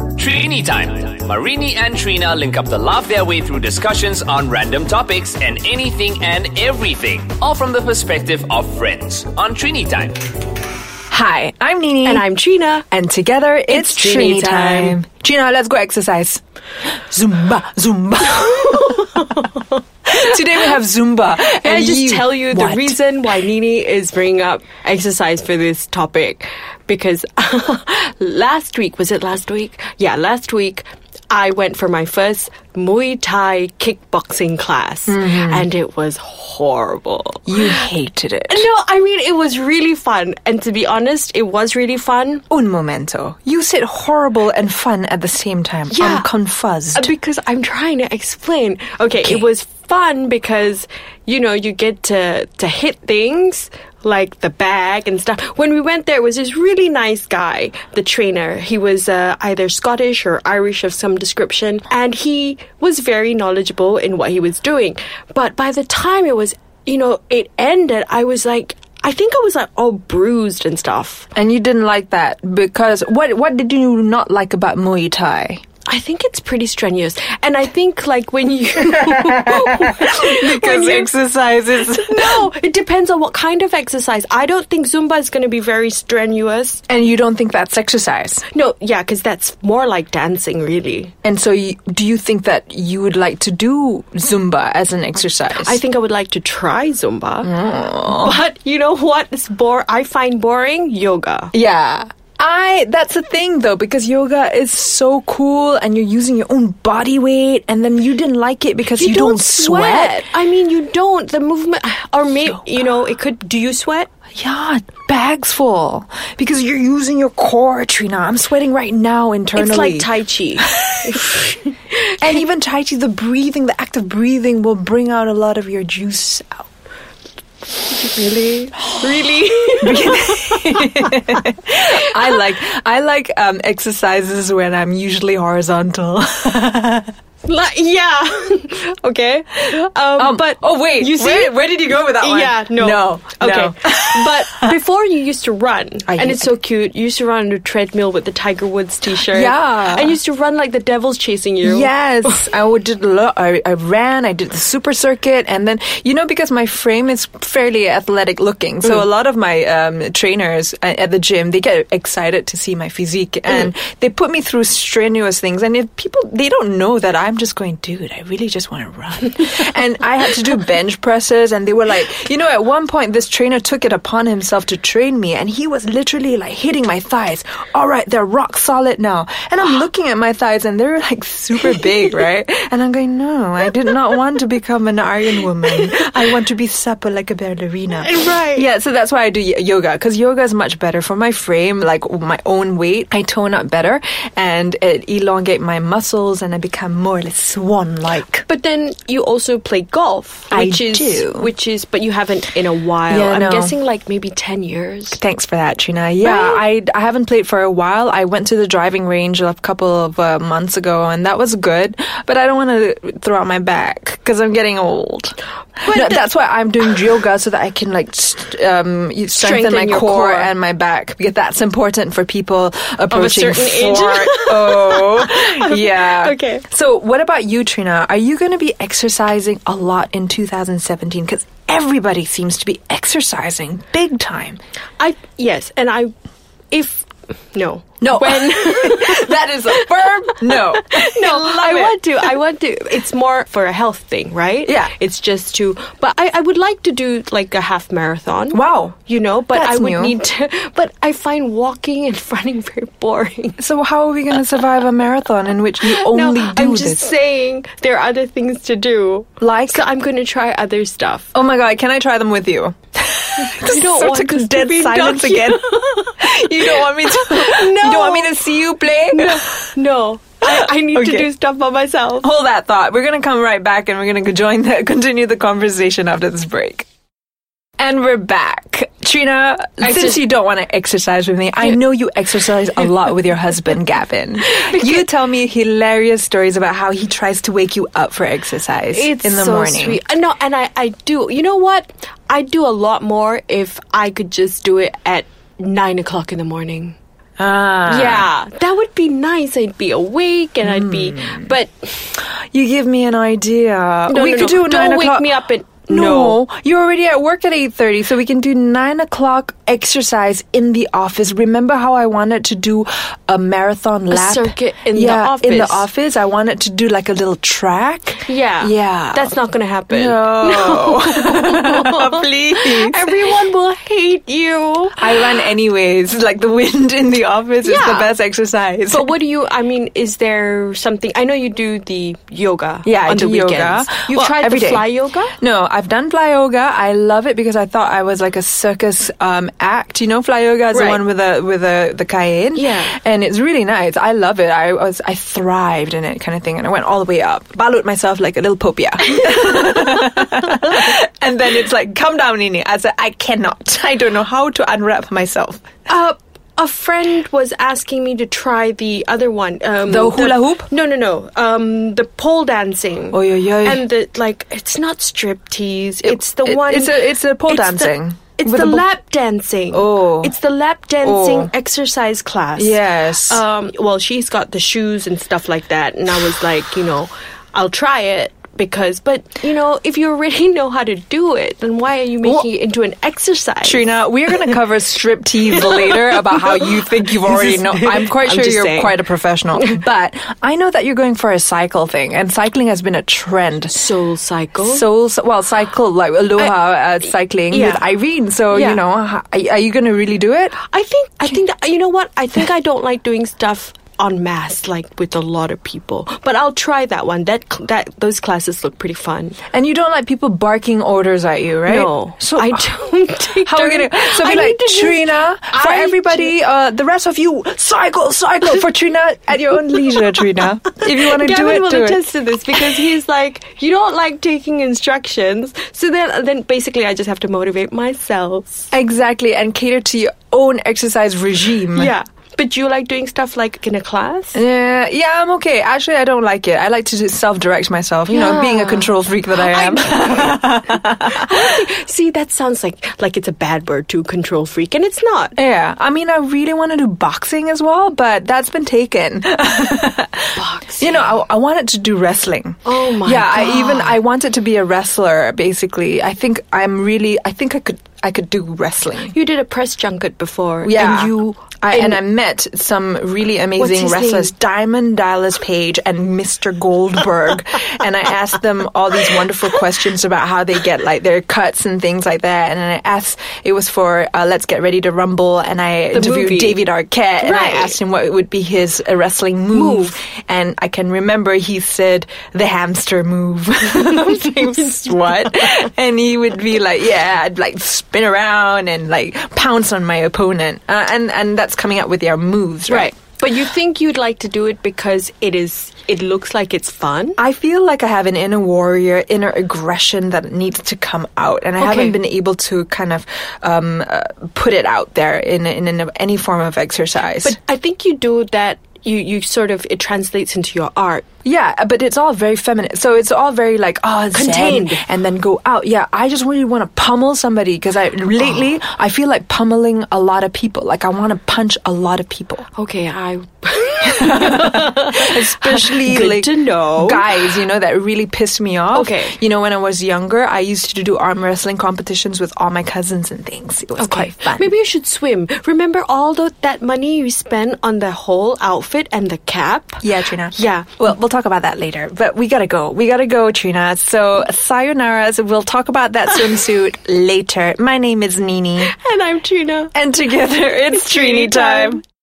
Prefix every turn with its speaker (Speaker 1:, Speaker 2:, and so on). Speaker 1: Marini time. Marini and Trina link up to laugh their way through discussions on random topics and anything and everything, all from the perspective of friends on Trini time.
Speaker 2: Hi, I'm Nini.
Speaker 3: And I'm Trina.
Speaker 2: And together it's,
Speaker 3: It's Trini time.
Speaker 2: Gina, let's go exercise. Zumba, Zumba. Today we have Zumba.
Speaker 3: Can I just tell you the
Speaker 2: What?
Speaker 3: reason why Nini is bringing up exercise for this topic? Because last week, was it last week? Yeah, last week, I went for my first Muay Thai kickboxing class and it was horrible.
Speaker 2: You hated it.
Speaker 3: No, I mean, it was really fun. And to be honest, it was really fun.
Speaker 2: Un momento. You said horrible and fun at the same time.
Speaker 3: Yeah.
Speaker 2: I'm confused.
Speaker 3: Uh, Because I'm trying to explain. Okay, it was fun because you know you get to to hit things like the bag and stuff. When we went there, it was this really nice guy, the trainer. He was uh, either Scottish or Irish of some description, and he was very knowledgeable in what he was doing. But by the time it was, you know, it ended, I was like. I think I was like all bruised and stuff.
Speaker 2: and you didn't like that because what what did you not like about Muay Thai?
Speaker 3: I think it's pretty strenuous. And I think like when you
Speaker 2: Because exercise is
Speaker 3: No, it depends on what kind of exercise. I don't think Zumba is going to be very strenuous.
Speaker 2: And you don't think that's exercise?
Speaker 3: No, yeah, because that's more like dancing, really.
Speaker 2: And so, you, do you think that you would like to do Zumba as an exercise?
Speaker 3: I think I would like to try Zumba. But you know what is bore I find boring? Yoga.
Speaker 2: Yeah. I that's the thing though because yoga is so cool and you're using your own body weight and then you didn't like it because you, don't, sweat.
Speaker 3: I mean, you don't. The movement, or maybe, you know, it could. Do you sweat?
Speaker 2: Yeah, bags full because you're using your core, Trina. I'm sweating right now internally.
Speaker 3: It's like Tai Chi.
Speaker 2: and even tai chi, the breathing, the act of breathing will bring out a lot of your juice out.
Speaker 3: really? Really?
Speaker 2: I like I like um, exercises when I'm usually horizontal.
Speaker 3: Like, yeah. okay. Um, but
Speaker 2: oh, wait,
Speaker 3: you see,
Speaker 2: where- where did you go with that one?
Speaker 3: Yeah, no,
Speaker 2: No, no.
Speaker 3: Okay, but before you used to run,
Speaker 2: I
Speaker 3: and
Speaker 2: hate-
Speaker 3: it's so cute. You used to run on a treadmill with the Tiger Woods T-shirt.
Speaker 2: Yeah.
Speaker 3: and used to run like the devil's chasing you.
Speaker 2: Yes, I would did a lot. I, I ran. I did the super circuit, and then you know because my frame is fairly athletic looking, so a lot of my um, trainers a- at the gym they get excited to see my physique, and they put me through strenuous things. And if people they don't know that I'm just going, dude, I really just want to run, and I had to do bench presses, and they were like, you know, at one point this trainer took it upon himself to train me, and he was literally like hitting my thighs. All right, they're rock solid now, and I'm looking at my thighs, and they're like super big, right? And I'm going, no, I did not want to become an iron woman. I want to be supple like a ballerina.
Speaker 3: Right.
Speaker 2: Yeah, so that's why I do y- yoga because yoga is much better for my frame, like w- my own weight. I tone up better, and it elongate my muscles, and I become more like swan-like.
Speaker 3: But then you also play golf,
Speaker 2: I
Speaker 3: which is
Speaker 2: do.
Speaker 3: which is, but you haven't in a while.
Speaker 2: Yeah,
Speaker 3: I'm
Speaker 2: no.
Speaker 3: guessing like maybe ten years.
Speaker 2: Thanks for that, Trina. Yeah, I, I haven't played for a while. I went to the driving range a couple of uh, months ago, and that was good. But I don't want to throw out my back because I'm getting old. No,
Speaker 3: the-
Speaker 2: that's why I'm doing yoga so that I can like st- um, you- strengthen,
Speaker 3: Strengthen
Speaker 2: my
Speaker 3: your
Speaker 2: core,
Speaker 3: core.
Speaker 2: and my back because that's important for people approaching
Speaker 3: certain age.
Speaker 2: Oh, yeah.
Speaker 3: Okay.
Speaker 2: So, what about you, Trina? Are you going to be exercising a lot in 2017? Because everybody seems to be exercising big time.
Speaker 3: I yes, and I if no
Speaker 2: No.
Speaker 3: when.
Speaker 2: that is a firm no.
Speaker 3: No, I
Speaker 2: it.
Speaker 3: want to. I want to. It's more for a health thing, right?
Speaker 2: Yeah.
Speaker 3: It's just to. But I, I would like to do like a half marathon.
Speaker 2: Wow.
Speaker 3: You know, but
Speaker 2: That's
Speaker 3: I would
Speaker 2: new.
Speaker 3: need to. But I find walking and running very boring.
Speaker 2: So how are we going to survive a marathon in which you only
Speaker 3: no,
Speaker 2: do
Speaker 3: I'm just
Speaker 2: this?
Speaker 3: saying there are other things to do.
Speaker 2: Like?
Speaker 3: so, I'm going to try other stuff.
Speaker 2: Oh my god, can I try them with you?
Speaker 3: You don't
Speaker 2: Sort
Speaker 3: want
Speaker 2: of
Speaker 3: this to
Speaker 2: dead
Speaker 3: be
Speaker 2: silence
Speaker 3: docu-
Speaker 2: again. you don't want me to You don't want me to see you play?
Speaker 3: No, I, I need
Speaker 2: Okay.
Speaker 3: to do stuff by myself.
Speaker 2: Hold that thought. We're going to come right back and we're going to join the continue the conversation after this break. And we're back. Trina, since
Speaker 3: just-
Speaker 2: you don't want to exercise with me, I know you exercise a lot with your husband, Gavin. You tell me hilarious stories about how he tries to wake you up for exercise
Speaker 3: It's
Speaker 2: in the
Speaker 3: so
Speaker 2: morning.
Speaker 3: Sweet. Uh, No, and I, I do. You know what? I do a lot more if I could just do it at nine o'clock in the morning.
Speaker 2: Ah. Hmm.
Speaker 3: Yeah, that would be nice. I'd be awake and I'd be, but
Speaker 2: You give me an idea.
Speaker 3: no,
Speaker 2: we
Speaker 3: no,
Speaker 2: could
Speaker 3: no.
Speaker 2: do
Speaker 3: Don't
Speaker 2: 9
Speaker 3: wake
Speaker 2: o'clock.
Speaker 3: me up at-
Speaker 2: no. You're already at work at 8.30, so we can do 9 o'clock exercise in the office. Remember how I wanted to do a marathon lap?
Speaker 3: circuit in the
Speaker 2: yeah, in the
Speaker 3: office.
Speaker 2: office. I wanted to do like a little track.
Speaker 3: yeah,
Speaker 2: Yeah.
Speaker 3: that's not gonna happen.
Speaker 2: No. Please.
Speaker 3: Everyone will hate you.
Speaker 2: I run anyways. Like the wind in the office is the
Speaker 3: Yeah.
Speaker 2: best exercise.
Speaker 3: But what do you? I mean, is there something? I know you do the yoga.
Speaker 2: Yeah, I
Speaker 3: on
Speaker 2: do
Speaker 3: the
Speaker 2: yoga.
Speaker 3: weekends. You've
Speaker 2: Well,
Speaker 3: tried
Speaker 2: every
Speaker 3: the
Speaker 2: day.
Speaker 3: fly yoga.
Speaker 2: No, I've done fly yoga. I love it because I thought I was like a circus um, act. You know, fly yoga is the
Speaker 3: Right.
Speaker 2: one with the with the the cayenne.
Speaker 3: Yeah.
Speaker 2: and it's really nice. I love it. I was I thrived in it, kind of thing, and I went all the way up, balut myself like a little popia, and then it's like come down, Nini. I said I cannot. I don't know how to unwrap myself.
Speaker 3: Uh, a friend was asking me to try the other one. Um,
Speaker 2: The hula hoop?
Speaker 3: No, no, no. Um, the pole dancing.
Speaker 2: Oy, oy, oy.
Speaker 3: And the like. It's not striptease. it's the
Speaker 2: it-
Speaker 3: one.
Speaker 2: it's a- it's a pole
Speaker 3: the-
Speaker 2: dancing
Speaker 3: it's
Speaker 2: with
Speaker 3: the
Speaker 2: a bo-
Speaker 3: lap dancing.
Speaker 2: Oh.
Speaker 3: It's the lap dancing
Speaker 2: Oh.
Speaker 3: exercise class.
Speaker 2: Yes.
Speaker 3: Um, well, she's got the shoes and stuff like that, and I was like, you know, I'll try it because, but you know, if you already know how to do it, then why are you making
Speaker 2: Well-
Speaker 3: it into an exercise?
Speaker 2: Trina, we're going to cover striptease later about how you think you've already know. I'm quite
Speaker 3: I'm
Speaker 2: sure
Speaker 3: just
Speaker 2: you're
Speaker 3: saying.
Speaker 2: quite a professional. But I know that you're going for a cycle thing, and cycling has been a trend.
Speaker 3: Soul cycle.
Speaker 2: So, so- well, cycle, like Aloha uh, cycling
Speaker 3: yeah.
Speaker 2: with Irene. So,
Speaker 3: Yeah.
Speaker 2: you know, h- are, are you going to really do it?
Speaker 3: I think I think that, you know what I think I don't like doing stuff en masse like with a lot of people. But I'll try that one. That cl- that those classes look pretty fun.
Speaker 2: And you don't like people barking orders at you, right?
Speaker 3: No,
Speaker 2: So, uh,
Speaker 3: I don't. Take
Speaker 2: How are we
Speaker 3: turn-
Speaker 2: gonna? So
Speaker 3: I
Speaker 2: be like
Speaker 3: need to just-
Speaker 2: Trina for
Speaker 3: I
Speaker 2: everybody. Uh, the rest of you, cycle, cycle for Trina at your own leisure, Trina. If you want to do
Speaker 3: Gavin
Speaker 2: it,
Speaker 3: will
Speaker 2: do it.
Speaker 3: attest to this because he's like, you don't like taking instructions. So then, then basically, I just have to motivate myself.
Speaker 2: Exactly, and cater to your own exercise regime.
Speaker 3: Yeah, but you like doing stuff like in a class.
Speaker 2: Yeah, Uh, yeah, I'm okay. Actually, I don't like it. I like to self-direct myself. You know,
Speaker 3: Yeah.
Speaker 2: being a control freak that I am.
Speaker 3: See, that sounds like like it's a bad word to control freak, and it's not.
Speaker 2: yeah, I mean, I really want to do boxing as well, but that's been taken.
Speaker 3: Boxing.
Speaker 2: You know, I, I wanted to do wrestling.
Speaker 3: Oh my
Speaker 2: Yeah, I
Speaker 3: God.
Speaker 2: even I wanted to be a wrestler. Basically, I think I'm really. I think I could. I could do wrestling.
Speaker 3: You did a press junket before.
Speaker 2: Yeah,
Speaker 3: And you
Speaker 2: I, and, I met some really amazing
Speaker 3: his
Speaker 2: wrestlers, Diamond Dallas Page and Mr. Goldberg, and I asked them all these wonderful questions about how they get like their cuts and things like that. And I asked, it was for uh, Let's Get Ready to Rumble, and I interviewed
Speaker 3: movie.
Speaker 2: David Arquette, and I
Speaker 3: Right.
Speaker 2: asked him what would be his uh, wrestling move, and I can remember he said the hamster move. I'm like, what? And he would be like, yeah, I'd like spin around and like pounce on my opponent, uh, and and that's coming up with your moves, right?
Speaker 3: right. But you think you'd like to do it because it is. It looks like it's fun.
Speaker 2: I feel like I have an inner warrior, inner aggression that needs to come out, and I
Speaker 3: Okay.
Speaker 2: haven't been able to kind of um, uh, put it out there in in, in any form of exercise.
Speaker 3: But I think you do that. You you sort of it translates into your art.
Speaker 2: Yeah, uh, but it's all very feminine. So it's all very like, oh, zen,
Speaker 3: Contained.
Speaker 2: and then go out. Yeah, I just really want to pummel somebody because I lately I feel like pummeling a lot of people. Like I want to punch a lot of people,
Speaker 3: Okay, I
Speaker 2: especially
Speaker 3: Good
Speaker 2: like
Speaker 3: to know.
Speaker 2: guys. You know that really pissed me off.
Speaker 3: Okay.
Speaker 2: you know when I was younger, I used to do arm wrestling competitions with all my cousins and things. It was quite fun.
Speaker 3: Maybe you should swim. Remember all the, that money you spent on the whole outfit and the cap?
Speaker 2: Yeah, Trina.
Speaker 3: Yeah.
Speaker 2: Well, we'll talk about that later, but we gotta go. We gotta go, Trina. So, sayonara. So we'll talk about that swimsuit later. My name is Nini.
Speaker 3: And I'm Trina.
Speaker 2: And together, it's
Speaker 3: Trini
Speaker 2: Trini time.
Speaker 3: time.